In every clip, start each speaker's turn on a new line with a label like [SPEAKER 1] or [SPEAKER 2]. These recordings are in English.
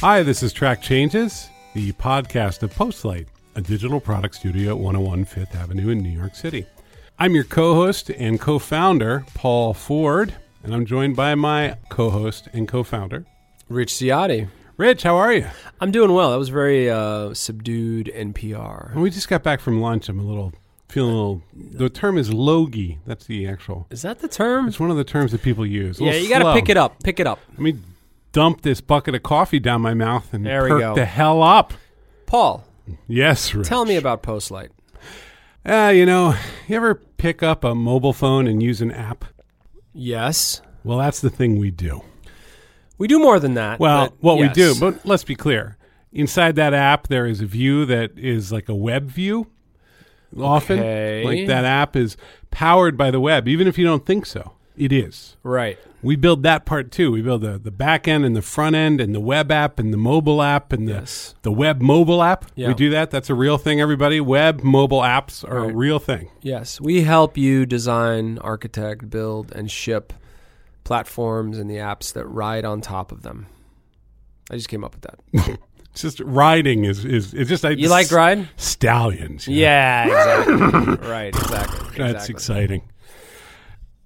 [SPEAKER 1] Hi, this is Track Changes, the podcast of Postlight, a digital product studio at 101 Fifth Avenue in New York City. I'm your co host and co founder, Paul Ford, and I'm joined by my co host and co founder,
[SPEAKER 2] Rich Ciotti.
[SPEAKER 1] Rich. How are you?
[SPEAKER 2] I'm doing well. That was very uh, subdued NPR.
[SPEAKER 1] We just got back from lunch. I'm a little feeling a little. The term is logy. That's the actual.
[SPEAKER 2] Is that the term?
[SPEAKER 1] It's one of the terms that people use.
[SPEAKER 2] Yeah, you got to pick it up. Pick it up.
[SPEAKER 1] Let me dump this bucket of coffee down my mouth and
[SPEAKER 2] There we
[SPEAKER 1] perk
[SPEAKER 2] go.
[SPEAKER 1] the hell up.
[SPEAKER 2] Paul,
[SPEAKER 1] Yes, Rich.
[SPEAKER 2] tell me about Postlight.
[SPEAKER 1] Ah, you know, you ever pick up a mobile phone and use an app?
[SPEAKER 2] Yes.
[SPEAKER 1] Well, that's the thing we do.
[SPEAKER 2] We do more than that.
[SPEAKER 1] Well,
[SPEAKER 2] but
[SPEAKER 1] what
[SPEAKER 2] yes.
[SPEAKER 1] we do, but let's be clear. Inside that app, there is a view that is like a web view. Often,
[SPEAKER 2] Okay.
[SPEAKER 1] like that app is powered by the web, even if you don't think so. It is.
[SPEAKER 2] right.
[SPEAKER 1] We build that part too. We build the, the back end and the front end and the web app and the mobile app and the,
[SPEAKER 2] Yes.
[SPEAKER 1] the web mobile app.
[SPEAKER 2] Yeah.
[SPEAKER 1] We do that. That's a real thing, everybody. Web mobile apps are a
[SPEAKER 2] Right.
[SPEAKER 1] real thing.
[SPEAKER 2] Yes. We help you design, architect, build, and ship platforms and the apps that ride on top of them. I just came up with that.
[SPEAKER 1] It's just riding is, is it's just like
[SPEAKER 2] You like ride?
[SPEAKER 1] stallions. you know?
[SPEAKER 2] Yeah, exactly. right, exactly.
[SPEAKER 1] That's
[SPEAKER 2] exactly.
[SPEAKER 1] exciting.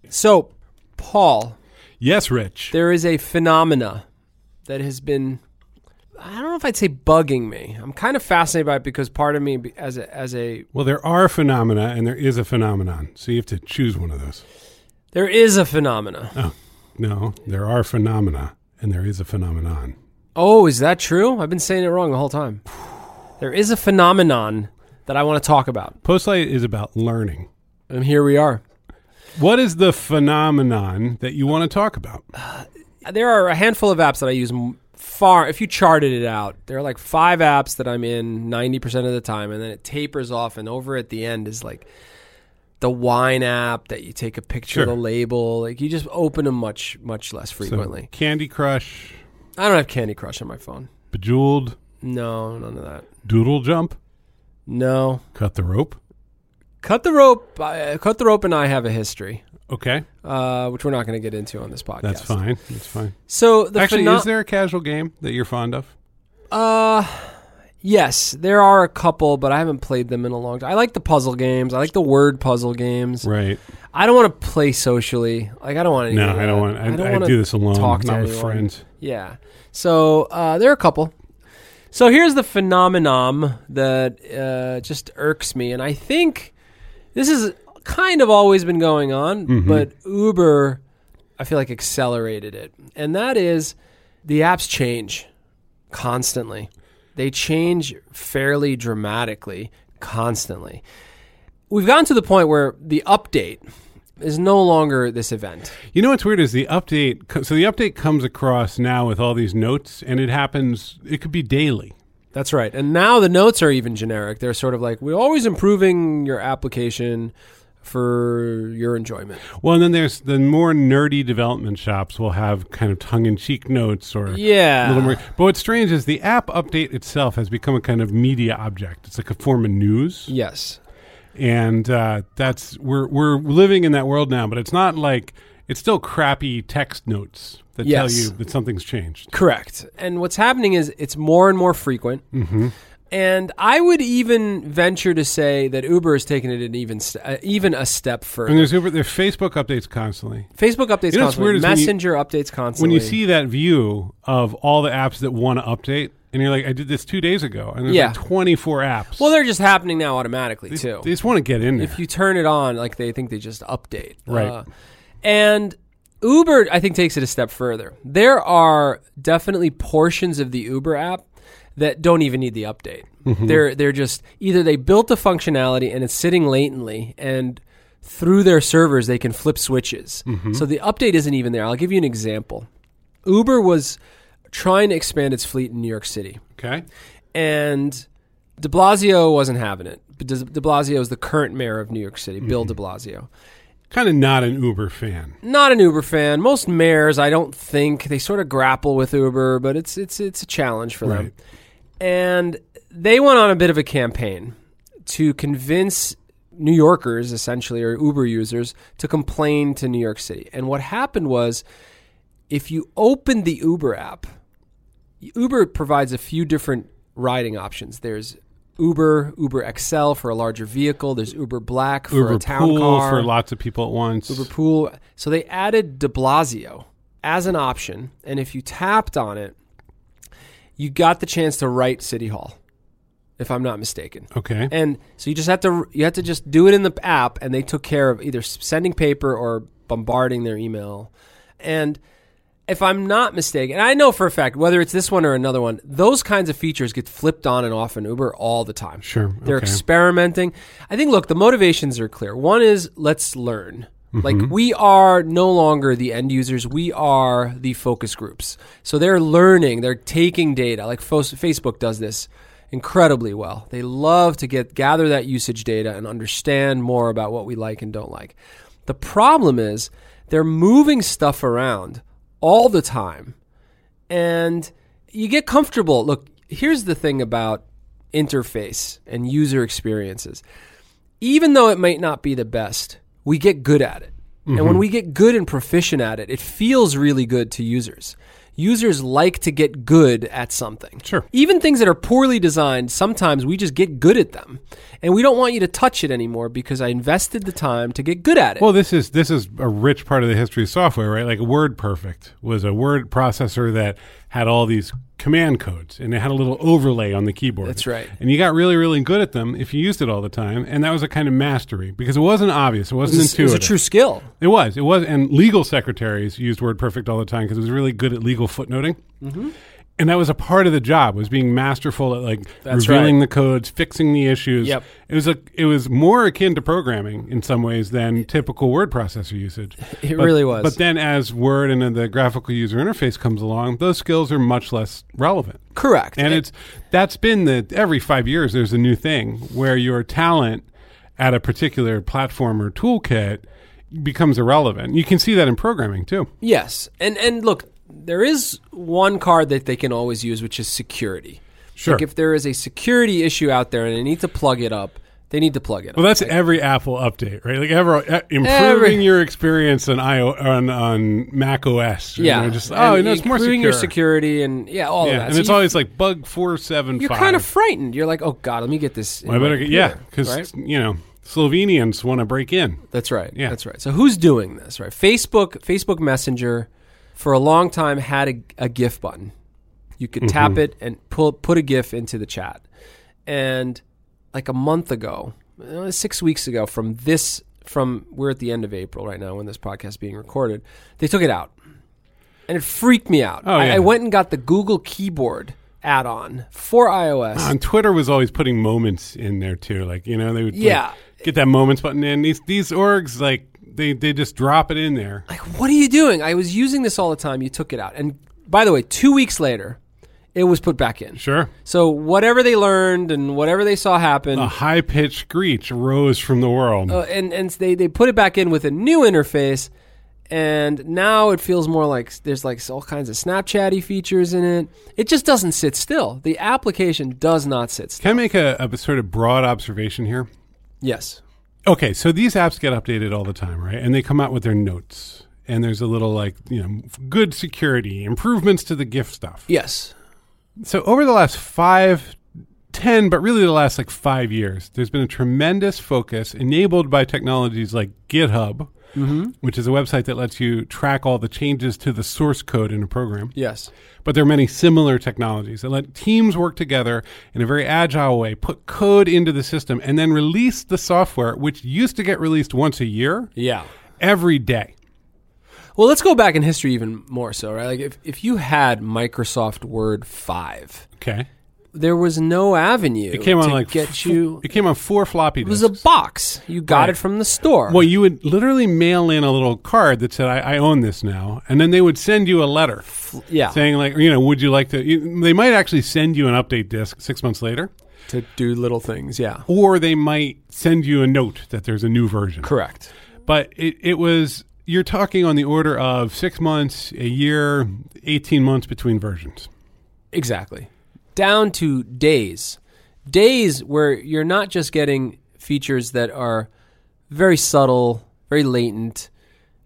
[SPEAKER 2] So, Paul,
[SPEAKER 1] Yes, Rich.
[SPEAKER 2] there is a phenomena that has been I don't know if I'd say bugging me. I'm kind of fascinated by it because part of me be- as a as a
[SPEAKER 1] Well, there are phenomena and there is a phenomenon. So you have to choose one of those.
[SPEAKER 2] there is a phenomena.
[SPEAKER 1] Oh, no, there are phenomena and there is a phenomenon.
[SPEAKER 2] Oh, is that true? I've been saying it wrong the whole time. There is a phenomenon that I want to talk about.
[SPEAKER 1] Postlight is about learning.
[SPEAKER 2] And here we are.
[SPEAKER 1] What is the phenomenon that you want to talk about?
[SPEAKER 2] Ah, There are a handful of apps that I use m- far if you charted it out. There are like 5 apps that I'm in 90% of the time and then it tapers off and over at the end is like the wine app that you take a picture of
[SPEAKER 1] Sure.
[SPEAKER 2] the label. Like you just open them much much less
[SPEAKER 1] So,
[SPEAKER 2] frequently.
[SPEAKER 1] Candy Crush,
[SPEAKER 2] I don't have Candy Crush on my phone.
[SPEAKER 1] Bejeweled,
[SPEAKER 2] No, none of that.
[SPEAKER 1] Doodle Jump,
[SPEAKER 2] No.
[SPEAKER 1] Cut the Rope.
[SPEAKER 2] Cut the rope. Uh, Cut the rope and I have a history,
[SPEAKER 1] Okay,
[SPEAKER 2] uh, which we're not going to get into on this podcast.
[SPEAKER 1] that's fine. That's fine.
[SPEAKER 2] So the
[SPEAKER 1] Actually,
[SPEAKER 2] pheno-
[SPEAKER 1] is there a casual game that you're fond of?
[SPEAKER 2] Uh, yes, there are a couple, but I haven't played them in a long time. I like the puzzle games. I like the word puzzle games.
[SPEAKER 1] Right.
[SPEAKER 2] I don't want to play socially. Like I don't want to.
[SPEAKER 1] No, I don't want. I, I, do this alone,
[SPEAKER 2] talk to
[SPEAKER 1] not with
[SPEAKER 2] anyone.
[SPEAKER 1] friends.
[SPEAKER 2] Yeah. So uh, there are a couple. So here's the phenomenon that uh, just irks me, and I think this is kind of always been going on, but Uber, I feel like accelerated it, and that is the apps change constantly. They change fairly dramatically, constantly. We've gotten to the point where the update is no longer this event.
[SPEAKER 1] You know what's weird is the update. co- So the update comes across now with all these notes, and it happens. It could be daily.
[SPEAKER 2] That's right. And now the notes are even generic. They're sort of like, we're always improving your application for your enjoyment.
[SPEAKER 1] Well, and then there's the more nerdy development shops will have kind of tongue in cheek notes or a
[SPEAKER 2] Yeah.
[SPEAKER 1] little more. But what's strange is the app update itself has become a kind of media object. It's like a form of news,
[SPEAKER 2] Yes.
[SPEAKER 1] and uh, that's we're we're living in that world now. But it's not like it's still crappy text notes that tell
[SPEAKER 2] Yes.
[SPEAKER 1] you that something's changed.
[SPEAKER 2] Correct. And what's happening is it's more and more frequent. Mm-hmm. And I would even venture to say that Uber has taken it an even st- uh, even a step
[SPEAKER 1] And
[SPEAKER 2] further.
[SPEAKER 1] there's Uber, there's Facebook updates constantly.
[SPEAKER 2] Facebook updates
[SPEAKER 1] You know what's weird
[SPEAKER 2] constantly,
[SPEAKER 1] is when you-
[SPEAKER 2] Messenger updates
[SPEAKER 1] when
[SPEAKER 2] constantly.
[SPEAKER 1] you see that view of all the apps that want to update, and you're like, I did this two days ago, and there's
[SPEAKER 2] Yeah.
[SPEAKER 1] like 24 apps.
[SPEAKER 2] well, they're just happening now automatically
[SPEAKER 1] they,
[SPEAKER 2] too.
[SPEAKER 1] they just want to get in there.
[SPEAKER 2] if you turn it on, like they think they just update. Uh,
[SPEAKER 1] Right.
[SPEAKER 2] and Uber, I think, takes it a step further. There are definitely portions of the Uber app that don't even need the update. They're they're just either they built the functionality and it's sitting latently and through their servers they can flip switches. So the update isn't even there. I'll give you an example. Uber was trying to expand its fleet in New York City
[SPEAKER 1] okay,
[SPEAKER 2] and De Blasio wasn't having it. But De De Blasio is the current mayor of New York City, Bill De Blasio.
[SPEAKER 1] kind of not an Uber fan.
[SPEAKER 2] Not an Uber fan. Most mayors, I don't think, they sort of grapple with Uber, but it's it's it's a challenge for them.
[SPEAKER 1] Right.
[SPEAKER 2] And they went on a bit of a campaign to convince New Yorkers, essentially, or Uber users, to complain to New York City. And what happened was, if you opened the Uber app, Uber provides a few different riding options. There's Uber, Uber XL for a larger vehicle. There's Uber Black for
[SPEAKER 1] Uber
[SPEAKER 2] a town
[SPEAKER 1] pool
[SPEAKER 2] car.
[SPEAKER 1] for lots of people at once.
[SPEAKER 2] Uber Pool. So they added De Blasio as an option, and if you tapped on it, you got the chance to write City Hall, if I'm not mistaken.
[SPEAKER 1] okay.
[SPEAKER 2] And so you just have to you have to just do it in the app, and they took care of either sending paper or bombarding their email. And if I'm not mistaken, and I know for a fact whether it's this one or another one, those kinds of features get flipped on and off in Uber all the time.
[SPEAKER 1] Sure.
[SPEAKER 2] They're
[SPEAKER 1] okay.
[SPEAKER 2] experimenting. I think, look, the motivations are clear. One is let's learn. Like, we are no longer the end users, we are the focus groups. So they're learning, they're taking data. Like, Fos- Facebook does this incredibly well. They love to get gather that usage data and understand more about what we like and don't like. The problem is they're moving stuff around all the time and you get comfortable. Look, here's the thing about interface and user experiences. Even though it might not be the best, we get good at it. And
[SPEAKER 1] Mm-hmm.
[SPEAKER 2] when we get good and proficient at it, it feels really good to users. Users like to get good at something.
[SPEAKER 1] Sure.
[SPEAKER 2] Even things that are poorly designed, sometimes we just get good at them. And we don't want you to touch it anymore because I invested the time to get good at it.
[SPEAKER 1] Well, this is this is a rich part of the history of software, right? Like WordPerfect was a word processor that had all these command codes, and it had a little overlay on the keyboard.
[SPEAKER 2] That's right.
[SPEAKER 1] And you got really, really good at them if you used it all the time, and that was a kind of mastery because it wasn't obvious, it wasn't
[SPEAKER 2] it's, it's
[SPEAKER 1] intuitive.
[SPEAKER 2] a true skill.
[SPEAKER 1] It was. It was. And legal secretaries used WordPerfect all the time because it was really good at legal footnoting.
[SPEAKER 2] Mm-hmm.
[SPEAKER 1] And that was a part of the job was being masterful at like
[SPEAKER 2] That's
[SPEAKER 1] revealing the codes, fixing the issues.
[SPEAKER 2] Yep.
[SPEAKER 1] It was a, it was more akin to programming in some ways than typical word processor usage.
[SPEAKER 2] It really was.
[SPEAKER 1] But then as Word and then the graphical user interface comes along, those skills are much less relevant.
[SPEAKER 2] Correct.
[SPEAKER 1] And it's that's been the every five years there's a new thing where your talent at a particular platform or toolkit becomes irrelevant. You can see that in programming too.
[SPEAKER 2] Yes, and and look, there is one card that they can always use, which is security.
[SPEAKER 1] Sure.
[SPEAKER 2] Like if there is a security issue out there and they need to plug it up, they need to plug it
[SPEAKER 1] Well,
[SPEAKER 2] up.
[SPEAKER 1] that's every Apple update, right? Like ever uh, improving
[SPEAKER 2] Every-
[SPEAKER 1] your experience on IO on, on Mac OS. you
[SPEAKER 2] yeah.
[SPEAKER 1] know, just oh,
[SPEAKER 2] And
[SPEAKER 1] no, it's more secure.
[SPEAKER 2] improving your security and yeah, all of
[SPEAKER 1] yeah,
[SPEAKER 2] that.
[SPEAKER 1] and
[SPEAKER 2] So
[SPEAKER 1] it's
[SPEAKER 2] you,
[SPEAKER 1] always like bug four seven five.
[SPEAKER 2] you're kind of frightened. You're like, oh god, let me get this. in
[SPEAKER 1] I
[SPEAKER 2] my
[SPEAKER 1] better get yeah,
[SPEAKER 2] computer,"
[SPEAKER 1] because
[SPEAKER 2] right?
[SPEAKER 1] you know Slovenians want to break in.
[SPEAKER 2] That's right.
[SPEAKER 1] Yeah.
[SPEAKER 2] That's right. So who's doing this, right? Facebook, Facebook Messenger, for a long time had a, a GIF button. You could
[SPEAKER 1] Mm-hmm.
[SPEAKER 2] tap it and pull put a GIF into the chat. And like a month ago, uh, six weeks ago, from this, from we're at the end of April right now when this podcast is being recorded, they took it out, and it freaked me out.
[SPEAKER 1] Oh,
[SPEAKER 2] I,
[SPEAKER 1] yeah.
[SPEAKER 2] I went and got the Google Keyboard add-on for iOS.
[SPEAKER 1] On Twitter was always putting moments in there too. Like you know they would like,
[SPEAKER 2] Yeah.
[SPEAKER 1] get that moments button in. These these orgs like they they just drop it in there.
[SPEAKER 2] like, what are you doing? I was using this all the time. You took it out. And by the way, two weeks later, it was put back in.
[SPEAKER 1] Sure.
[SPEAKER 2] So whatever they learned and whatever they saw happen,
[SPEAKER 1] A high pitched screech rose from the world.
[SPEAKER 2] uh, and, and they, they put it back in with a new interface. And now it feels more like s- there's like all kinds of Snapchatty features in it. It just doesn't sit still. The application does not sit still.
[SPEAKER 1] Can I make a, a sort of broad observation here?
[SPEAKER 2] Yes.
[SPEAKER 1] Okay, so these apps get updated all the time, right? And they come out with their notes. And there's a little like, you know, good security, improvements to the gift stuff.
[SPEAKER 2] Yes.
[SPEAKER 1] So over the last five, ten, but really the last like five years, there's been a tremendous focus enabled by technologies like GitHub,
[SPEAKER 2] Mm-hmm.
[SPEAKER 1] which is a website that lets you track all the changes to the source code in a program.
[SPEAKER 2] Yes.
[SPEAKER 1] But there are many similar technologies that let teams work together in a very agile way, put code into the system, and then release the software, which used to get released once a year,
[SPEAKER 2] Yeah.
[SPEAKER 1] every day.
[SPEAKER 2] Well, let's go back in history even more so, right? Like if, if you had Microsoft Word 5,
[SPEAKER 1] Okay.
[SPEAKER 2] there was no avenue it
[SPEAKER 1] Came on
[SPEAKER 2] to
[SPEAKER 1] like
[SPEAKER 2] get
[SPEAKER 1] f-
[SPEAKER 2] you.
[SPEAKER 1] It came on four floppy
[SPEAKER 2] It was
[SPEAKER 1] disks.
[SPEAKER 2] a box. You got
[SPEAKER 1] Right.
[SPEAKER 2] it from the store.
[SPEAKER 1] well, you would literally mail in a little card that said, I, I own this now. And then they would send you a letter
[SPEAKER 2] yeah,
[SPEAKER 1] saying, like, you know, would you like to? You, they might actually send you an update disk six months later,
[SPEAKER 2] to do little things. Yeah,
[SPEAKER 1] or they might send you a note that there's a new version.
[SPEAKER 2] correct.
[SPEAKER 1] but it, it was you're talking on the order of six months a year 18 months between versions
[SPEAKER 2] Exactly. Down to days, days where you're not just getting features that are very subtle, very latent.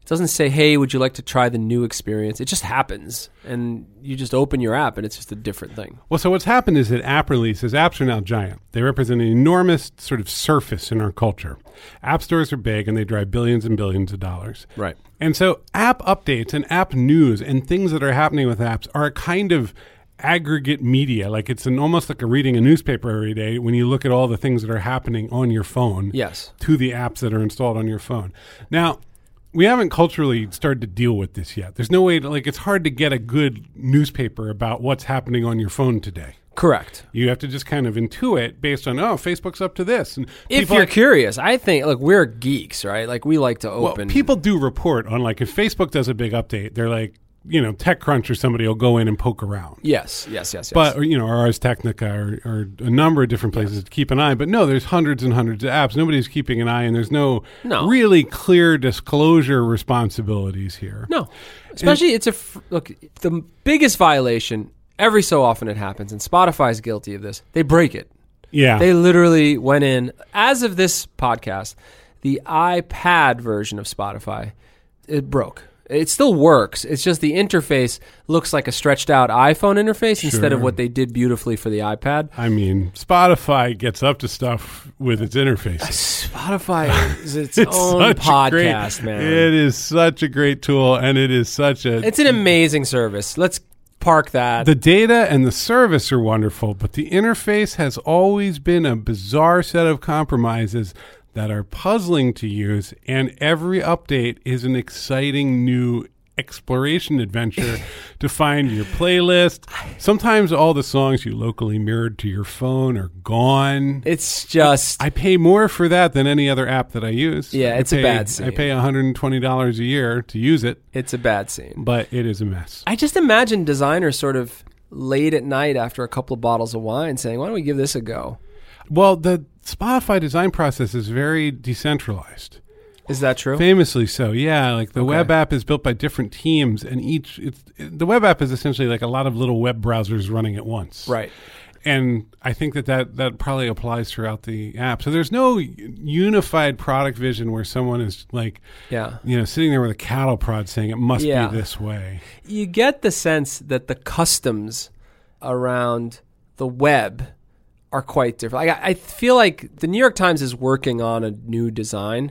[SPEAKER 2] It's doesn't say, "Hey, would you like to try the new experience?" It just happens, and you just open your app, and it's just a different thing.
[SPEAKER 1] Well, so what's happened is that app releases, apps are now giant. They represent an enormous sort of surface in our culture. App stores are big and they drive billions and billions of dollars.
[SPEAKER 2] Right.
[SPEAKER 1] And so app updates and app news and things that are happening with apps are a kind of aggregate media. Like it's an, almost like a reading a newspaper every day when you look at all the things that are happening on your phone
[SPEAKER 2] Yes.
[SPEAKER 1] to the apps that are installed on your phone. Now, we haven't culturally started to deal with this yet. There's no way to, like, it's hard to get a good newspaper about what's happening on your phone today.
[SPEAKER 2] Correct.
[SPEAKER 1] You have to just kind of intuit based on, oh, Facebook's up to this. And
[SPEAKER 2] If
[SPEAKER 1] people
[SPEAKER 2] you're
[SPEAKER 1] are-
[SPEAKER 2] curious, I think look, we're geeks, right? Like we like to
[SPEAKER 1] well,
[SPEAKER 2] open
[SPEAKER 1] people do report on, like, if Facebook does a big update, they're like, you know, TechCrunch or somebody will go in and poke around.
[SPEAKER 2] Yes, yes, yes, yes.
[SPEAKER 1] But or, you know, or Ars Technica, or, or a number of different places to keep an eye. But no, there's hundreds and hundreds of apps. Nobody's keeping an eye, and there's no,
[SPEAKER 2] No.
[SPEAKER 1] really clear disclosure responsibilities here.
[SPEAKER 2] no, especially it's a fr- look. The biggest violation every so often it happens, and Spotify's guilty of this. They break it.
[SPEAKER 1] Yeah,
[SPEAKER 2] They literally went in as of this podcast, the iPad version of Spotify, it broke. It still works. It's just the interface looks like a stretched out iPhone interface instead of
[SPEAKER 1] Sure.
[SPEAKER 2] what they did beautifully for the iPad.
[SPEAKER 1] I mean, Spotify gets up to stuff with its interface.
[SPEAKER 2] Spotify is its, own
[SPEAKER 1] a great-
[SPEAKER 2] podcast, man.
[SPEAKER 1] It is such a great tool, and it is such a.
[SPEAKER 2] it's an amazing service. Let's park that.
[SPEAKER 1] the data and the service are wonderful, but the interface has always been a bizarre set of compromises that are puzzling to use, and every update is an exciting new exploration adventure to find your playlist. Sometimes all the songs you locally mirrored to your phone are gone.
[SPEAKER 2] it's just
[SPEAKER 1] I pay more for that than any other app that I use.
[SPEAKER 2] Yeah,
[SPEAKER 1] I
[SPEAKER 2] it's a
[SPEAKER 1] pay-
[SPEAKER 2] bad scene.
[SPEAKER 1] I pay $120 a year to use it,
[SPEAKER 2] it's a bad scene.
[SPEAKER 1] but it is a mess.
[SPEAKER 2] I just imagine designers sort of late at night after a couple of bottles of wine saying, "Why don't we give this a go?"
[SPEAKER 1] Well, the Spotify design process is very decentralized.
[SPEAKER 2] Is that true?
[SPEAKER 1] Famously so, yeah. Like the web app is built by different teams, and each it's, the web app is essentially like a lot of little web browsers running at once.
[SPEAKER 2] Right.
[SPEAKER 1] And I think that, that that probably applies throughout the app. So there's no unified product vision where someone is like,
[SPEAKER 2] Yeah.
[SPEAKER 1] you know, sitting there with a cattle prod saying it must
[SPEAKER 2] Yeah.
[SPEAKER 1] be this way.
[SPEAKER 2] You get the sense that the customs around the web are quite different. Like, I, I feel like the New York Times is working on a new design.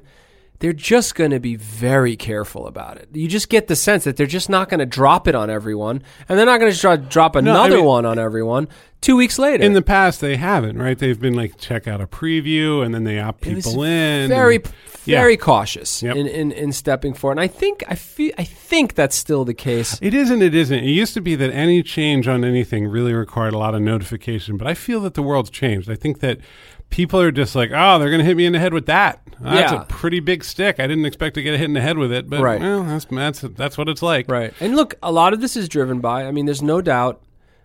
[SPEAKER 2] They're just going to be very careful about it. You just get the sense that they're just not going to drop it on everyone, and they're not going to drop another
[SPEAKER 1] mean-
[SPEAKER 2] one on everyone two weeks later.
[SPEAKER 1] In the past, they haven't, right? They've been like check out a preview, and then they opt
[SPEAKER 2] It was
[SPEAKER 1] people in.
[SPEAKER 2] Very,
[SPEAKER 1] and- Yeah.
[SPEAKER 2] very cautious
[SPEAKER 1] Yep.
[SPEAKER 2] in, in, in stepping forward. And I think I feel I think that's still the case.
[SPEAKER 1] It isn't. It isn't. It used to be that any change on anything really required a lot of notification, but I feel that the world's changed. I think that people are just like, oh, they're going to hit me in the head with that. Ah, That's
[SPEAKER 2] Yeah.
[SPEAKER 1] a pretty big stick. I didn't expect to get hit in the head with it, but
[SPEAKER 2] Right.
[SPEAKER 1] well, that's that's that's what it's like.
[SPEAKER 2] Right. And look, a lot of this is driven by, I mean, there's no doubt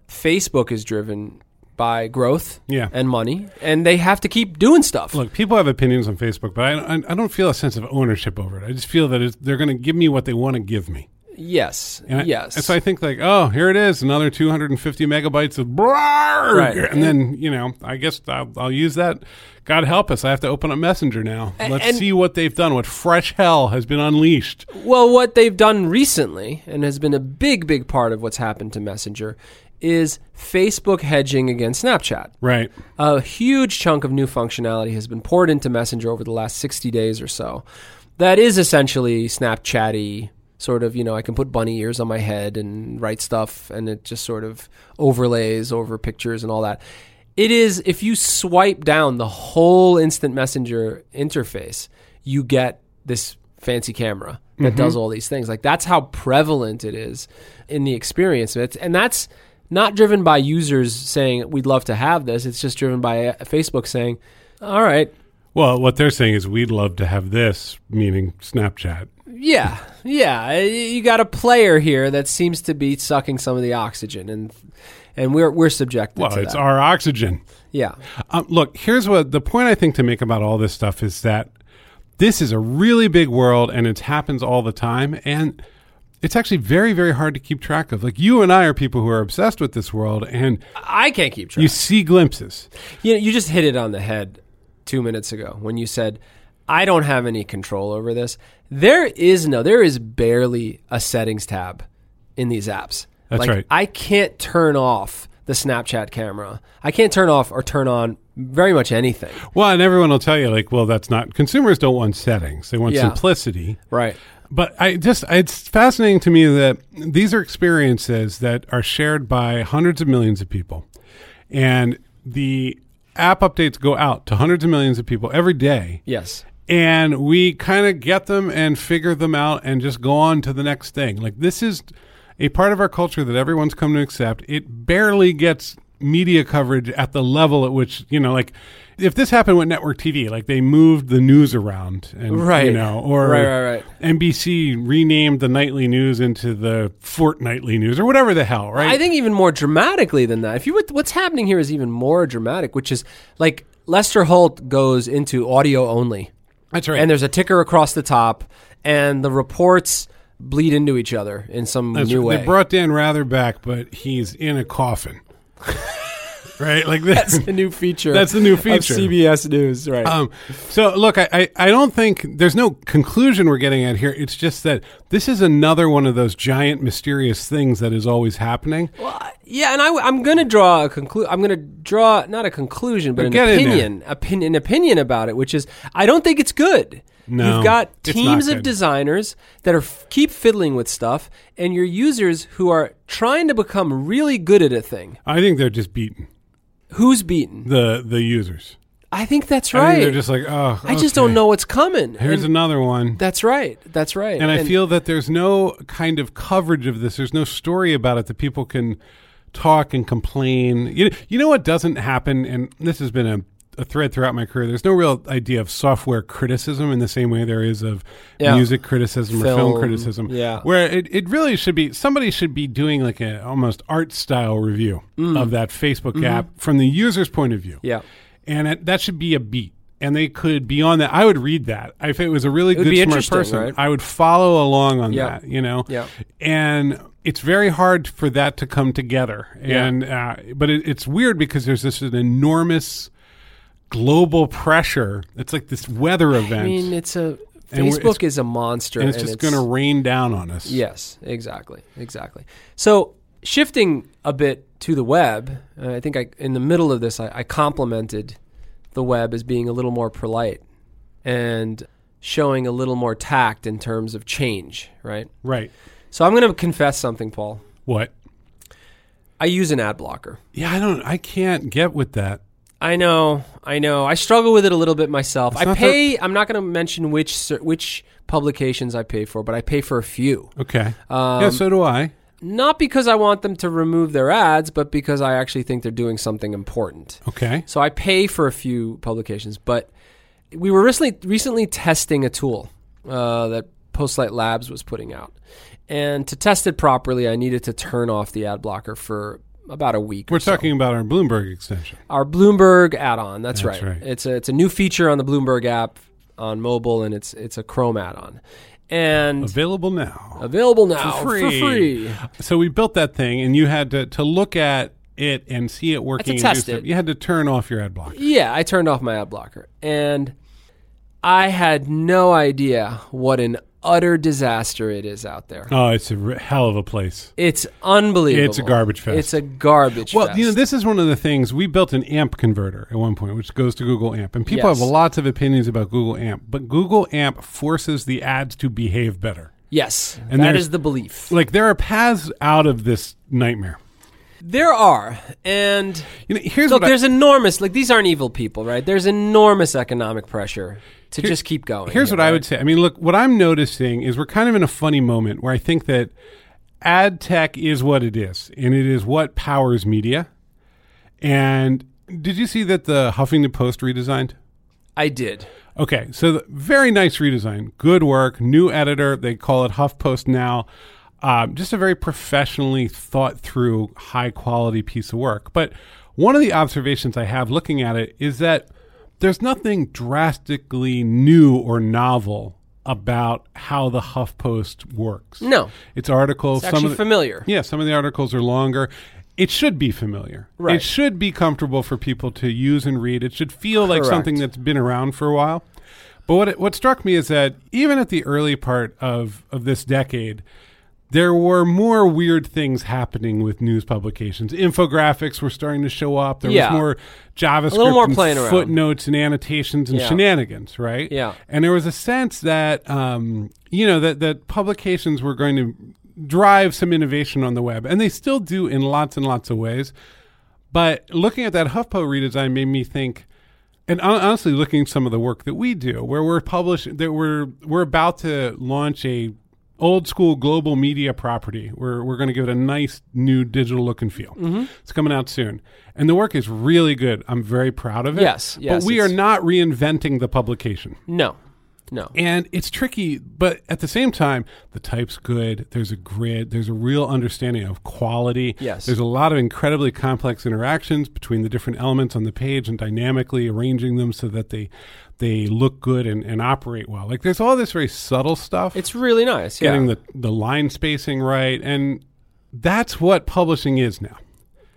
[SPEAKER 2] Facebook is driven by growth
[SPEAKER 1] Yeah.
[SPEAKER 2] and money, and they have to keep doing stuff.
[SPEAKER 1] Look, people have opinions on Facebook, but I, I, I don't feel a sense of ownership over it. I just feel that it's, they're going to give me what they want to give me.
[SPEAKER 2] yes.
[SPEAKER 1] And I-
[SPEAKER 2] yes.
[SPEAKER 1] and so I think like, oh, here it is, another 250 megabytes of brrrr.
[SPEAKER 2] Right.
[SPEAKER 1] And then, you know, I guess I'll, I'll use that. God help us. I have to open up Messenger now. Let's
[SPEAKER 2] and-
[SPEAKER 1] see what they've done. What fresh hell has been unleashed.
[SPEAKER 2] Well, what they've done recently, and has been a big, big part of what's happened to Messenger, is Facebook hedging against Snapchat.
[SPEAKER 1] Right.
[SPEAKER 2] A huge chunk of new functionality has been poured into Messenger over the last 60 days or so. That is essentially Snapchatty, sort of, you know, I can put bunny ears on my head and write stuff, and it just sort of overlays over pictures and all that. It is, if you swipe down the whole instant messenger interface, you get this fancy camera that
[SPEAKER 1] Mm-hmm.
[SPEAKER 2] does all these things. Like, that's how prevalent it is in the experience. It's, and that's not driven by users saying we'd love to have this. It's just driven by uh, Facebook saying, "All right,
[SPEAKER 1] Well, what they're saying is we'd love to have this, meaning Snapchat.
[SPEAKER 2] yeah, yeah, y- you got a player here that seems to be sucking some of the oxygen, and and we're we're subjected
[SPEAKER 1] Well,
[SPEAKER 2] to
[SPEAKER 1] it's
[SPEAKER 2] that.
[SPEAKER 1] our oxygen.
[SPEAKER 2] yeah,
[SPEAKER 1] Um, look, here's what the point I think to make about all this stuff is that this is a really big world and it happens all the time. And it's actually very, very hard to keep track of. Like you and I are people who are obsessed with this world and
[SPEAKER 2] I can't keep track.
[SPEAKER 1] you see glimpses.
[SPEAKER 2] You know, you just hit it on the head two minutes ago when you said, I don't have any control over this. There is no, there is barely a settings tab in these apps.
[SPEAKER 1] That's
[SPEAKER 2] like,
[SPEAKER 1] right.
[SPEAKER 2] I can't turn off the Snapchat camera. I can't turn off or turn on very much anything.
[SPEAKER 1] Well, and everyone will tell you, like, well, that's not consumers don't want settings; they want
[SPEAKER 2] Yeah.
[SPEAKER 1] simplicity.
[SPEAKER 2] Right.
[SPEAKER 1] But I just, it's fascinating to me that these are experiences that are shared by hundreds of millions of people. And the app updates go out to hundreds of millions of people every day.
[SPEAKER 2] Yes.
[SPEAKER 1] And we kind of get them and figure them out and just go on to the next thing. Like, this is a part of our culture that everyone's come to accept. It barely gets media coverage at the level at which, you know, like, if this happened with network TV, like they moved the news around and, you
[SPEAKER 2] Right.
[SPEAKER 1] know, or
[SPEAKER 2] Right, right, right.
[SPEAKER 1] NBC renamed the nightly news into the fortnightly news or whatever the hell, right?
[SPEAKER 2] I think even more dramatically than that. If you would, what's happening here is even more dramatic, which is like Lester Holt goes into audio only.
[SPEAKER 1] That's right.
[SPEAKER 2] And there's a ticker across the top, and the reports bleed into each other in some new way.
[SPEAKER 1] They brought Dan Rather back, but he's in a coffin. right? Like this.
[SPEAKER 2] That's a new feature.
[SPEAKER 1] That's the new
[SPEAKER 2] of
[SPEAKER 1] feature.
[SPEAKER 2] CBS News, right?
[SPEAKER 1] Um, so look, I, I, I don't think there's no conclusion we're getting at here. It's just that this is another one of those giant mysterious things that is always happening.
[SPEAKER 2] Well, I- yeah, and I, am going to draw a conclu- I'm going to draw not a conclusion, but an
[SPEAKER 1] Get in there.
[SPEAKER 2] opinion, opin- an opinion about it, which is I don't think it's good.
[SPEAKER 1] No,
[SPEAKER 2] You've got
[SPEAKER 1] it's not
[SPEAKER 2] teams of
[SPEAKER 1] good.
[SPEAKER 2] designers that are f- keep fiddling with stuff, and your users who are trying to become really good at a thing.
[SPEAKER 1] I think they're just beaten
[SPEAKER 2] Who's beaten?
[SPEAKER 1] the the users.
[SPEAKER 2] I think that's
[SPEAKER 1] I
[SPEAKER 2] right.
[SPEAKER 1] think they're just like, oh,
[SPEAKER 2] I just
[SPEAKER 1] okay.
[SPEAKER 2] don't know what's coming.
[SPEAKER 1] Here's
[SPEAKER 2] And
[SPEAKER 1] another one.
[SPEAKER 2] that's right. That's right.
[SPEAKER 1] and, I feel that there's no kind of coverage of this. There's no story about it that people can talk and complain. You you know what doesn't happen, and this has been a, a thread throughout my career. There's no real idea of software criticism in the same way there is of
[SPEAKER 2] Yeah.
[SPEAKER 1] music criticism or film
[SPEAKER 2] Film,
[SPEAKER 1] criticism.
[SPEAKER 2] yeah.
[SPEAKER 1] where it, it really should be somebody should be doing like a almost art style review
[SPEAKER 2] Mm.
[SPEAKER 1] of that Facebook
[SPEAKER 2] Mm-hmm.
[SPEAKER 1] app from the user's point of view.
[SPEAKER 2] yeah.
[SPEAKER 1] and it, that should be a beat. And they could be on that. I would read that if it was a really
[SPEAKER 2] would
[SPEAKER 1] good
[SPEAKER 2] be
[SPEAKER 1] smart
[SPEAKER 2] interesting,
[SPEAKER 1] person.
[SPEAKER 2] right?
[SPEAKER 1] I would follow along on
[SPEAKER 2] Yeah.
[SPEAKER 1] that, you know.
[SPEAKER 2] Yeah.
[SPEAKER 1] And it's very hard for that to come together.
[SPEAKER 2] Yeah.
[SPEAKER 1] And uh, but it, it's weird because there's this an enormous global pressure. It's like this weather event,
[SPEAKER 2] I mean, it's a
[SPEAKER 1] And we're-
[SPEAKER 2] Facebook is a monster,
[SPEAKER 1] and it's just going to rain down on us.
[SPEAKER 2] Yes, exactly, exactly. So shifting a bit to the web, uh, I think I in the middle of this I, I complimented the web as being a little more polite and showing a little more tact in terms of change, right?
[SPEAKER 1] Right.
[SPEAKER 2] So I'm going to confess something, Paul.
[SPEAKER 1] What?
[SPEAKER 2] I use an ad blocker.
[SPEAKER 1] Yeah, I don't. I can't get with that.
[SPEAKER 2] I know, I know. I struggle with it a little bit myself. I
[SPEAKER 1] not
[SPEAKER 2] pay. I'm not going to mention which cer- which publications I pay for, but I pay for a few.
[SPEAKER 1] Okay.
[SPEAKER 2] Um,
[SPEAKER 1] yeah. So do I.
[SPEAKER 2] not because I want them to remove their ads, but because I actually think they're doing something important.
[SPEAKER 1] Okay.
[SPEAKER 2] So I pay for a few publications, but we were recently recently testing a tool uh, that Postlight Labs was putting out, and to test it properly, I needed to turn off the ad blocker for about a week.
[SPEAKER 1] We're talking about our Bloomberg extension.
[SPEAKER 2] Our Bloomberg add-on. That's,
[SPEAKER 1] That's right.
[SPEAKER 2] It's a it's a new feature on the Bloomberg app on mobile, and it's it's a Chrome add-on, and
[SPEAKER 1] Available now.
[SPEAKER 2] available now
[SPEAKER 1] For free.
[SPEAKER 2] Oh, For free.
[SPEAKER 1] So we built that thing, and you had to, to look at it and see it working. and do
[SPEAKER 2] test
[SPEAKER 1] stuff.
[SPEAKER 2] it.
[SPEAKER 1] You had to turn off your ad block.
[SPEAKER 2] Yeah, I turned off my ad blocker and I had no idea what an utter disaster it is out there.
[SPEAKER 1] Oh, it's a r- hell of a place.
[SPEAKER 2] It's unbelievable.
[SPEAKER 1] It's a garbage fest.
[SPEAKER 2] It's a garbage
[SPEAKER 1] Well,
[SPEAKER 2] fest.
[SPEAKER 1] you know, this is one of the things we built an AMP converter at one point, which goes to Google AMP, and people
[SPEAKER 2] Yes.
[SPEAKER 1] have lots of opinions about Google AMP, but Google AMP forces the ads to behave better.
[SPEAKER 2] yes,
[SPEAKER 1] And
[SPEAKER 2] that
[SPEAKER 1] there's-
[SPEAKER 2] is the belief.
[SPEAKER 1] Like there are paths out of this nightmare.
[SPEAKER 2] There are. And
[SPEAKER 1] You know, here's
[SPEAKER 2] look,
[SPEAKER 1] what I-
[SPEAKER 2] there's enormous, like, these aren't evil people, right? There's enormous economic pressure to just keep going.
[SPEAKER 1] Here's what I would say. I mean, look, what I'm noticing is we're kind of in a funny moment where I think that ad tech is what it is, and it is what powers media. And did you see that the Huffington Post redesigned?
[SPEAKER 2] I did.
[SPEAKER 1] Okay, so the, very nice redesign. Good work. New editor. They call it HuffPost now. Um, just a very professionally thought through, high quality piece of work. But one of the observations I have looking at it is that there's nothing drastically new or novel about how the HuffPost works.
[SPEAKER 2] No.
[SPEAKER 1] Its articles,
[SPEAKER 2] It's
[SPEAKER 1] some of
[SPEAKER 2] actually
[SPEAKER 1] the,
[SPEAKER 2] familiar.
[SPEAKER 1] yeah, some of the articles are longer. It should be familiar.
[SPEAKER 2] Right.
[SPEAKER 1] It should be comfortable for people to use and read. It should feel like
[SPEAKER 2] Correct.
[SPEAKER 1] something that's been around for a while. But what what struck me is that even at the early part of of this decade, there were more weird things happening with news publications. Infographics were starting to show up. There
[SPEAKER 2] Yeah.
[SPEAKER 1] was more JavaScript,
[SPEAKER 2] little more
[SPEAKER 1] and
[SPEAKER 2] playing around.
[SPEAKER 1] footnotes and annotations and
[SPEAKER 2] Yeah.
[SPEAKER 1] shenanigans, right?
[SPEAKER 2] Yeah.
[SPEAKER 1] And there was a sense that um, you know that that publications were going to drive some innovation on the web, and they still do in lots and lots of ways. But looking at that HuffPo redesign made me think, and hon- honestly, looking at some of the work that we do, where we're publishing, that we're we're about to launch a old school global media property. We're we're going to give it a nice new digital look and feel.
[SPEAKER 2] Mm-hmm.
[SPEAKER 1] It's coming out soon, and the work is really good. I'm very proud of it.
[SPEAKER 2] Yes, yes,
[SPEAKER 1] but we are
[SPEAKER 2] it's-
[SPEAKER 1] not reinventing the publication.
[SPEAKER 2] No, no.
[SPEAKER 1] And it's tricky, but at the same time, the type's good. There's a grid. There's a real understanding of quality.
[SPEAKER 2] Yes.
[SPEAKER 1] There's a lot of incredibly complex interactions between the different elements on the page and dynamically arranging them so that they they look good and, and operate well. Like there's all this very subtle stuff.
[SPEAKER 2] It's really nice. Yeah.
[SPEAKER 1] getting the, the line spacing right. And that's what publishing is now.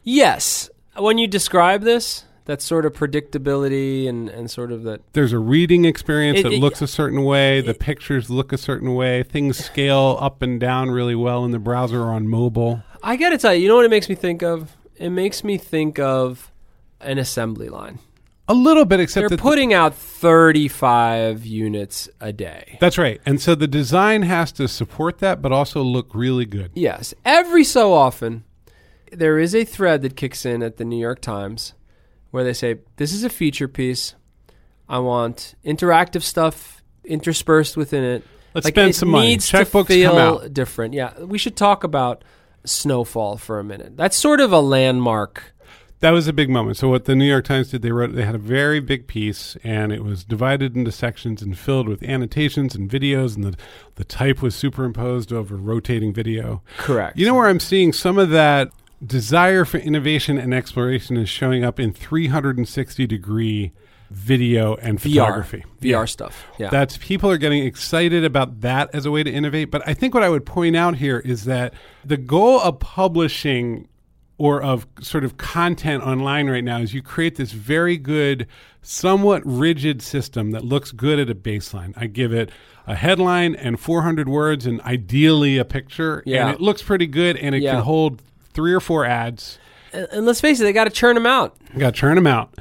[SPEAKER 2] yes. When you describe this, that sort of predictability and, and sort of that.
[SPEAKER 1] There's a reading experience
[SPEAKER 2] It-
[SPEAKER 1] that
[SPEAKER 2] it-
[SPEAKER 1] looks a certain way. The pictures look a certain way. Things scale up and down really well in the browser or on mobile.
[SPEAKER 2] I got to tell you, you know what it makes me think of? It makes me think of an assembly line.
[SPEAKER 1] A little bit, except
[SPEAKER 2] They're
[SPEAKER 1] that
[SPEAKER 2] putting out 35 units a day.
[SPEAKER 1] that's right. And so the design has to support that, but also look really good.
[SPEAKER 2] Yes. Every so often, there is a thread that kicks in at the New York Times where they say, This is a feature piece. I want interactive stuff interspersed within it.
[SPEAKER 1] Let's spend
[SPEAKER 2] it
[SPEAKER 1] some money.
[SPEAKER 2] needs to
[SPEAKER 1] Checkbooks come
[SPEAKER 2] feel
[SPEAKER 1] out.
[SPEAKER 2] different. Yeah. We should talk about Snowfall for a minute. That's sort of a landmark.
[SPEAKER 1] That was a big moment. So what the New York Times did, they wrote they had a very big piece, and it was divided into sections and filled with annotations and videos, and the the type was superimposed over rotating video.
[SPEAKER 2] Correct.
[SPEAKER 1] You know where I'm seeing some of that desire for innovation and exploration is showing up in 360 degree video and photography.
[SPEAKER 2] VR. VR stuff. Yeah.
[SPEAKER 1] That's people are getting excited about that as a way to innovate. But I think what I would point out here is that the goal of publishing or of sort of content online right now is you create this very good, somewhat rigid system that looks good at a baseline. I give it a headline and 400 words and ideally a picture.
[SPEAKER 2] Yeah.
[SPEAKER 1] And it looks pretty good and it
[SPEAKER 2] Yeah.
[SPEAKER 1] can hold three or four ads.
[SPEAKER 2] and, and let's face it, they got to churn them out.
[SPEAKER 1] Got to churn them out.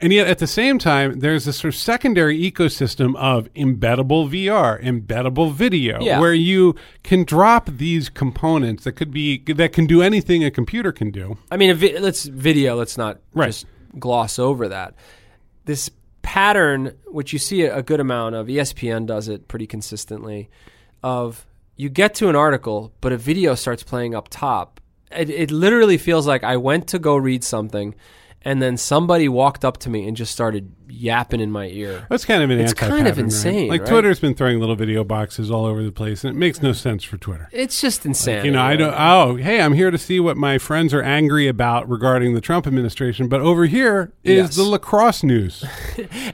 [SPEAKER 1] And yet, at the same time, there's this sort of secondary ecosystem of embeddable VR, embeddable video,
[SPEAKER 2] Yeah.
[SPEAKER 1] where you can drop these components that could be that can do anything a computer can do.
[SPEAKER 2] I mean, a vi- let's video. Let's not
[SPEAKER 1] Right.
[SPEAKER 2] just gloss over that. This pattern, which you see a, a good amount of, E ESPN does it pretty consistently. Of you get to an article, but a video starts playing up top. It, it literally feels like I went to go read something, and then somebody walked up to me and just started yapping in my ear.
[SPEAKER 1] That's kind of an
[SPEAKER 2] It's
[SPEAKER 1] anti-pattern,
[SPEAKER 2] kind of
[SPEAKER 1] right?
[SPEAKER 2] insane,
[SPEAKER 1] Like
[SPEAKER 2] right?
[SPEAKER 1] Twitter's been throwing little video boxes all over the place, and it makes no sense for Twitter.
[SPEAKER 2] It's just insane.
[SPEAKER 1] You know, I don't. Oh, hey, I'm here to see what my friends are angry about regarding the Trump administration, but over here is
[SPEAKER 2] Yes.
[SPEAKER 1] the lacrosse news.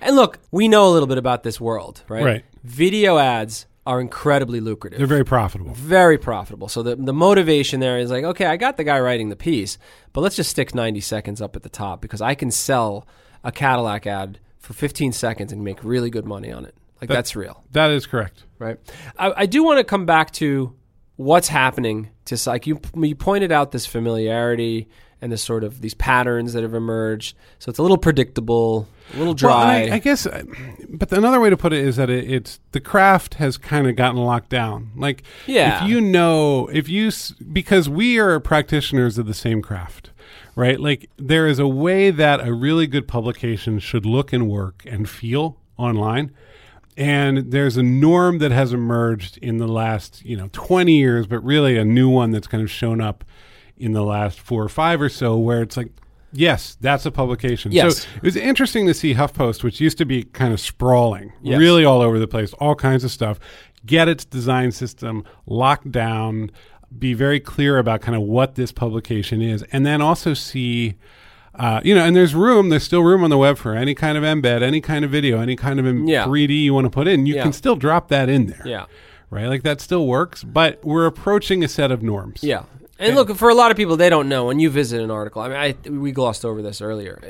[SPEAKER 2] And look, we know a little bit about this world, right?
[SPEAKER 1] Right.
[SPEAKER 2] Video ads are incredibly lucrative.
[SPEAKER 1] They're very profitable.
[SPEAKER 2] very profitable. So the, the motivation there is like, okay, I got the guy writing the piece, but let's just stick 90 seconds up at the top because I can sell a Cadillac ad for 15 seconds and make really good money on it. Like that's real,
[SPEAKER 1] That is correct.
[SPEAKER 2] right? I, I do want to come back to what's happening to s- like you you pointed out this familiarity and this sort of these patterns that have emerged. So it's a little predictable, a little
[SPEAKER 1] Well,
[SPEAKER 2] dry.
[SPEAKER 1] and I, I guess, uh, but another way to put it is that it, it's the craft has kind of gotten locked down. Like,
[SPEAKER 2] Yeah.
[SPEAKER 1] if you know, if you, s- because we are practitioners of the same craft, right? Like, there is a way that a really good publication should look and work and feel online. And there's a norm that has emerged in the last, you know, 20 years, but really a new one that's kind of shown up in the last four or five or so, where it's like, yes, that's a publication.
[SPEAKER 2] Yes.
[SPEAKER 1] So it was interesting to see HuffPost, which used to be kind of sprawling,
[SPEAKER 2] Yes.
[SPEAKER 1] really all over the place, all kinds of stuff, get its design system locked down, be very clear about kind of what this publication is, and then also see. Uh, you know, and there's room. There's still room on the web for any kind of embed, any kind of video, any kind of em-
[SPEAKER 2] Yeah.
[SPEAKER 1] 3D you want to put in. You
[SPEAKER 2] Yeah.
[SPEAKER 1] can still drop that in there,
[SPEAKER 2] yeah.
[SPEAKER 1] right? Like that still works. But we're approaching a set of norms.
[SPEAKER 2] Yeah. And look, for a lot of people, they don't know when you visit an article. I mean, I, we glossed over Uh, this earlier.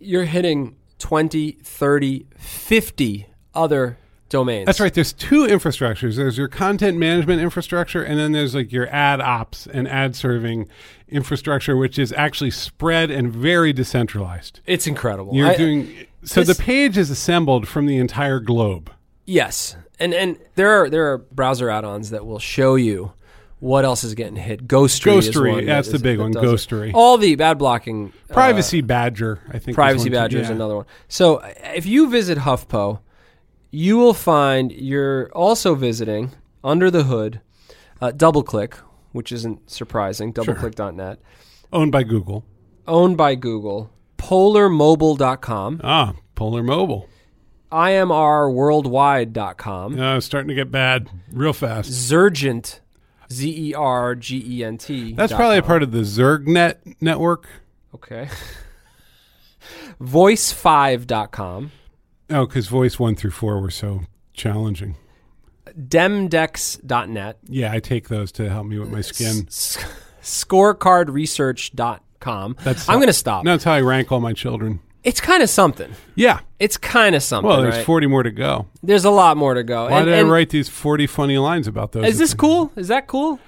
[SPEAKER 2] You're hitting 20, 30, 50 other domains.
[SPEAKER 1] That's right. There's two infrastructures. There's your content management infrastructure, and then there's like your ad ops and ad serving infrastructure, which is actually spread and very decentralized.
[SPEAKER 2] It's incredible.
[SPEAKER 1] You're
[SPEAKER 2] I-
[SPEAKER 1] doing so
[SPEAKER 2] this- Uh,
[SPEAKER 1] the page is assembled from the entire globe.
[SPEAKER 2] yes, and and there are there are browser add-ons that will show you what else is getting hit. Ghostery. is
[SPEAKER 1] Ghostery,
[SPEAKER 2] one that
[SPEAKER 1] that's the
[SPEAKER 2] is-
[SPEAKER 1] big
[SPEAKER 2] that
[SPEAKER 1] one,
[SPEAKER 2] does it.
[SPEAKER 1] Ghostery.
[SPEAKER 2] All the bad blocking. uh,
[SPEAKER 1] Privacy Badger, I think. is one
[SPEAKER 2] Privacy
[SPEAKER 1] too.
[SPEAKER 2] Badger is
[SPEAKER 1] Yeah.
[SPEAKER 2] another one. So uh, if you visit HuffPo, you will find you're also visiting under the hood uh, DoubleClick, which isn't surprising, doubleclick.net,
[SPEAKER 1] owned by Google.
[SPEAKER 2] owned by Google, polarmobile.com,
[SPEAKER 1] Ah, Polar Mobile.
[SPEAKER 2] imrworldwide.com,
[SPEAKER 1] Uh, it's starting to get bad real fast.
[SPEAKER 2] Zergent, Z E R G E N T.
[SPEAKER 1] That's probably a part of the ZergNet network.
[SPEAKER 2] Okay. Voice5.com,
[SPEAKER 1] Oh, because voice one through four were so challenging.
[SPEAKER 2] demdex.net,
[SPEAKER 1] Yeah, I take those to help me with my skin.
[SPEAKER 2] S- scorecardresearch.com.
[SPEAKER 1] That's-
[SPEAKER 2] I'm going to stop.
[SPEAKER 1] No, that's how I rank all my children.
[SPEAKER 2] It's kind of something.
[SPEAKER 1] Yeah.
[SPEAKER 2] It's kind of something.
[SPEAKER 1] Well, there's
[SPEAKER 2] right?
[SPEAKER 1] 40 more to go.
[SPEAKER 2] There's a lot more to go.
[SPEAKER 1] Why
[SPEAKER 2] And-
[SPEAKER 1] did
[SPEAKER 2] and
[SPEAKER 1] I write these 40 funny lines about those?
[SPEAKER 2] Is this cool? Is that cool?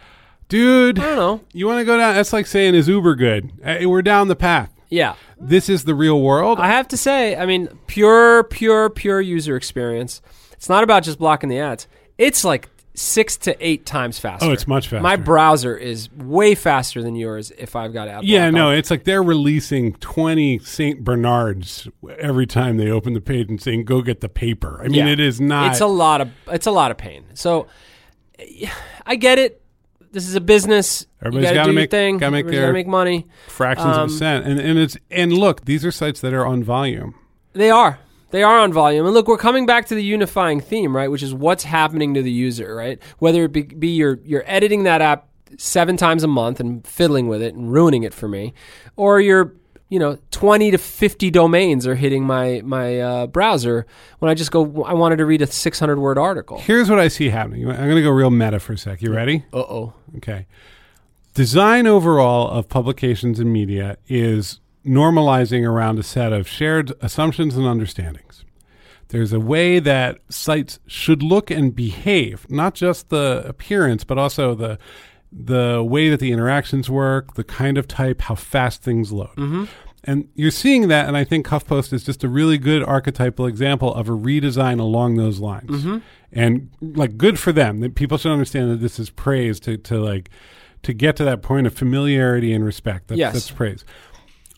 [SPEAKER 1] Dude,
[SPEAKER 2] I don't know.
[SPEAKER 1] you want to go down? That's like saying, is Uber good? Uh, We're down the path.
[SPEAKER 2] Yeah.
[SPEAKER 1] This is the real world.
[SPEAKER 2] I have to say, I mean, pure, pure, pure user experience. It's not about just blocking the ads. It's like six to eight times faster.
[SPEAKER 1] oh, it's much faster.
[SPEAKER 2] My browser is way faster than yours if I've got ad.
[SPEAKER 1] yeah,
[SPEAKER 2] block
[SPEAKER 1] no,
[SPEAKER 2] on.
[SPEAKER 1] it's like they're releasing 20 St. Bernards every time they open the page and saying, go get the paper. I mean,
[SPEAKER 2] Yeah.
[SPEAKER 1] it is not.
[SPEAKER 2] It's a lot of it's a lot of pain. So I get it. This is a business.
[SPEAKER 1] Everybody's
[SPEAKER 2] you
[SPEAKER 1] gotta
[SPEAKER 2] gotta, do your
[SPEAKER 1] make-
[SPEAKER 2] thing.
[SPEAKER 1] gotta make
[SPEAKER 2] Everybody's
[SPEAKER 1] their-
[SPEAKER 2] gotta make money.
[SPEAKER 1] fractions
[SPEAKER 2] Um,
[SPEAKER 1] of a cent. And and it's and look, these are sites that are on volume.
[SPEAKER 2] They are. They are on volume. And look, we're coming back to the unifying theme, right? Which is what's happening to the user, right? Whether it be, be you're, you're editing that app seven times a month and fiddling with it and ruining it for me, or you're, you know, 20 to 50 domains are hitting my, my uh, browser when I just go, I wanted to read a 600 word article.
[SPEAKER 1] Here's what I see happening. I'm going to go real meta for a sec. You ready?
[SPEAKER 2] Uh oh.
[SPEAKER 1] Okay. Design overall of publications and media is normalizing around a set of shared assumptions and understandings. There's a way that sites should look and behave, not just the appearance, but also the the way that the interactions work, the kind of type, how fast things load. And you're seeing that, and I think HuffPost is just a really good archetypal example of a redesign along those lines. And like, good for them. That people should understand that this is praise to, to like to get to that point of familiarity and respect. That's,
[SPEAKER 2] Yes.
[SPEAKER 1] that's praise.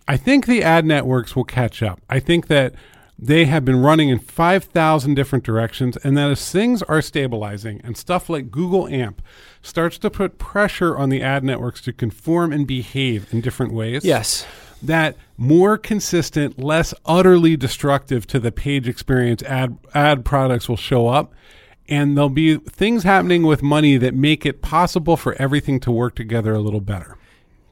[SPEAKER 1] I think the ad networks will catch up. I think that they have been running in 5,000 different directions, and that as things are stabilizing and stuff like Google AMP starts to put pressure on the ad networks to conform and behave in different ways,
[SPEAKER 2] Yes.
[SPEAKER 1] that more consistent, less utterly destructive to the page experience ad, ad products will show up. And there'll be things happening with money that make it possible for everything to work together a little better.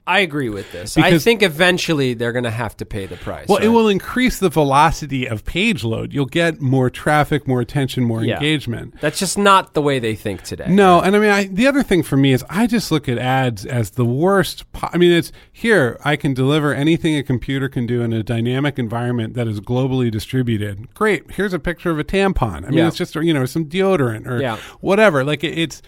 [SPEAKER 2] I agree with this. I
[SPEAKER 1] Because-
[SPEAKER 2] think eventually they're going to have to pay the price.
[SPEAKER 1] Well, it
[SPEAKER 2] right?
[SPEAKER 1] will increase the velocity of page load. You'll get more traffic, more attention, more
[SPEAKER 2] Yeah.
[SPEAKER 1] engagement.
[SPEAKER 2] That's just not the way they think today.
[SPEAKER 1] No, and I mean, I, the other thing for me is I just look at ads as the worst. Po- I mean, it's here, I can deliver anything a computer can do in a dynamic environment that is globally distributed. Great. Here's a picture of a tampon. I mean,
[SPEAKER 2] Yeah.
[SPEAKER 1] it's just, you know, some deodorant or
[SPEAKER 2] Yeah.
[SPEAKER 1] whatever. Like, it, it's.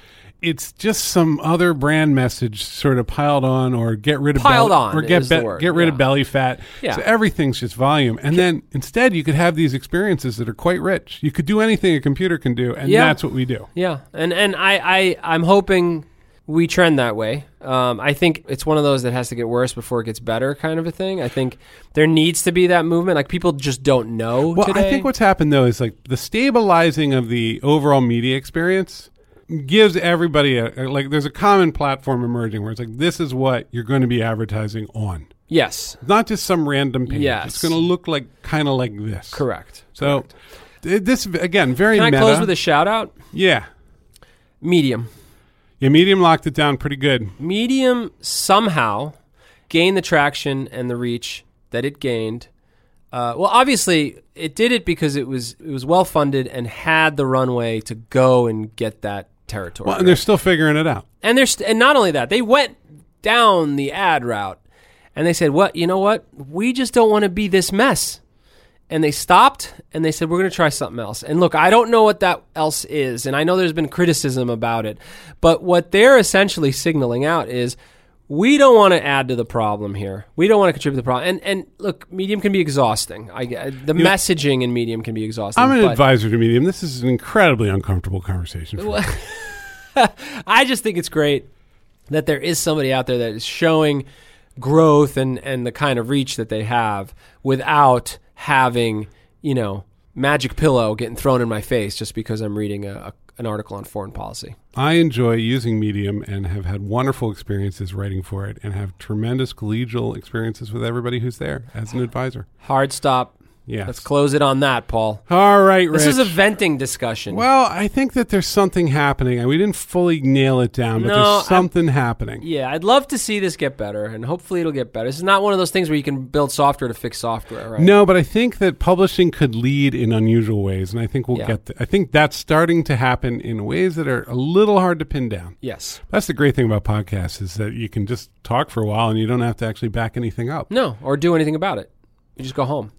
[SPEAKER 1] It's just some other brand message sort of piled on, or get rid of
[SPEAKER 2] Piled
[SPEAKER 1] belly-
[SPEAKER 2] on
[SPEAKER 1] or get
[SPEAKER 2] is the word,
[SPEAKER 1] get rid of
[SPEAKER 2] yeah.
[SPEAKER 1] belly fat.
[SPEAKER 2] Yeah.
[SPEAKER 1] So everything's just volume, and then instead you could have these experiences that are quite rich. You could do anything a computer can do, and
[SPEAKER 2] Yeah.
[SPEAKER 1] that's what we do.
[SPEAKER 2] Yeah, and and I I I'm hoping we trend that way. Um, I think it's one of those that has to get worse before it gets better, kind of a thing. I think there needs to be that movement. Like people just don't know.
[SPEAKER 1] Well,
[SPEAKER 2] today.
[SPEAKER 1] I think what's happened though is like the stabilizing of the overall media experience gives everybody a, a- like there's a common platform emerging where it's like this is what you're going to be advertising on,
[SPEAKER 2] yes,
[SPEAKER 1] not just some random page.
[SPEAKER 2] Yes.
[SPEAKER 1] It's going to look like kind of like this.
[SPEAKER 2] correct.
[SPEAKER 1] So th- this again very
[SPEAKER 2] Can I
[SPEAKER 1] meta.
[SPEAKER 2] close with a shout out?
[SPEAKER 1] yeah.
[SPEAKER 2] Medium,
[SPEAKER 1] Yeah, Medium locked it down pretty good.
[SPEAKER 2] Medium somehow gained the traction and the reach that it gained. Uh, well, obviously, it did it because it was it was well funded and had the runway to go and get that territory.
[SPEAKER 1] Well, and they're still figuring it out.
[SPEAKER 2] And there's and not only that, they went down the ad route, and they said, "What you know? What we just don't want to be this mess." and they stopped and they said we're going to try something else and look i don't know what that else is and i know there's been criticism about it but what they're essentially signaling out is we don't want to add to the problem here we don't want to contribute to the problem and and look medium can be exhausting i the messaging in medium can be exhausting
[SPEAKER 1] I'm an
[SPEAKER 2] but
[SPEAKER 1] advisor to Medium. This is an incredibly uncomfortable conversation. for me.
[SPEAKER 2] i just think it's great that there is somebody out there that is showing growth and and the kind of reach that they have without having you know magic pillow getting thrown in my face just because i'm reading a, a an article on foreign policy
[SPEAKER 1] I enjoy using Medium and have had wonderful experiences writing for it and have tremendous collegial experiences with everybody who's there as an advisor.
[SPEAKER 2] Hard stop.
[SPEAKER 1] Yes.
[SPEAKER 2] Let's close it on that, Paul.
[SPEAKER 1] All right, Rich.
[SPEAKER 2] This is a venting discussion.
[SPEAKER 1] well, I think that there's something happening, and we didn't fully nail it down, but
[SPEAKER 2] No, I'm-
[SPEAKER 1] there's something happening.
[SPEAKER 2] Yeah, I'd love to see this get better, and hopefully it'll get better. This is not one of those things where you can build software to fix software, right?
[SPEAKER 1] No, but I think that publishing could lead in unusual ways, and I think we'll
[SPEAKER 2] Yeah.
[SPEAKER 1] get. th- I think that's starting to happen in ways that are a little hard to pin down.
[SPEAKER 2] Yes.
[SPEAKER 1] That's the great thing about podcasts is that you can just talk for a while and you don't have to actually back anything up.
[SPEAKER 2] No, or do anything about it. You just go home.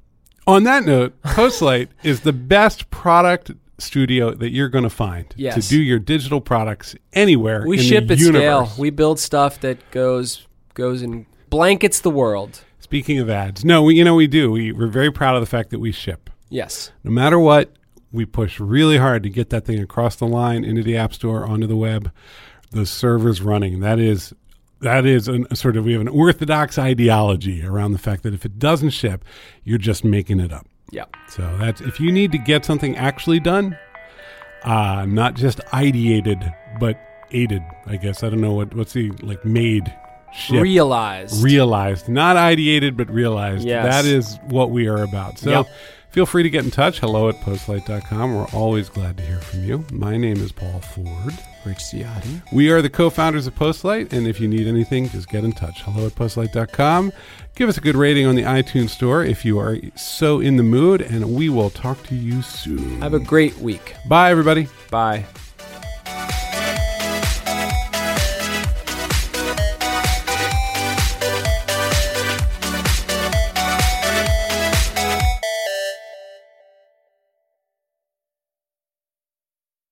[SPEAKER 1] On that note, Postlight is the best product studio that you're going to find
[SPEAKER 2] Yes.
[SPEAKER 1] to do your digital products anywhere.
[SPEAKER 2] We
[SPEAKER 1] in
[SPEAKER 2] ship
[SPEAKER 1] the
[SPEAKER 2] at
[SPEAKER 1] universe.
[SPEAKER 2] scale. We build stuff that goes goes and blankets the world.
[SPEAKER 1] Speaking of ads, no, we, you know we do. We, we're very proud of the fact that we ship.
[SPEAKER 2] Yes.
[SPEAKER 1] No matter what, we push really hard to get that thing across the line into the app store, onto the web, the servers running. That is that is an, a sort of we have an orthodox ideology around the fact that if it doesn't ship, you're just making it up.
[SPEAKER 2] Yeah.
[SPEAKER 1] So that's if you need to get something actually done, uh, not just ideated but aided. I guess I don't know what what's the like made ship
[SPEAKER 2] Realize.
[SPEAKER 1] realized, not ideated, but realized.
[SPEAKER 2] Yes.
[SPEAKER 1] That is what we are about. So
[SPEAKER 2] Yep.
[SPEAKER 1] feel free to get in touch. Hello at postlight.com. We're always glad to hear from you. My name is Paul Ford.
[SPEAKER 2] Rich Ciotti.
[SPEAKER 1] We are the co founders of Postlight, and if you need anything, just get in touch. Hello at postlight.com. Give us a good rating on the iTunes store if you are so in the mood, and we will talk to you soon.
[SPEAKER 2] Have a great week.
[SPEAKER 1] Bye, everybody.
[SPEAKER 2] Bye.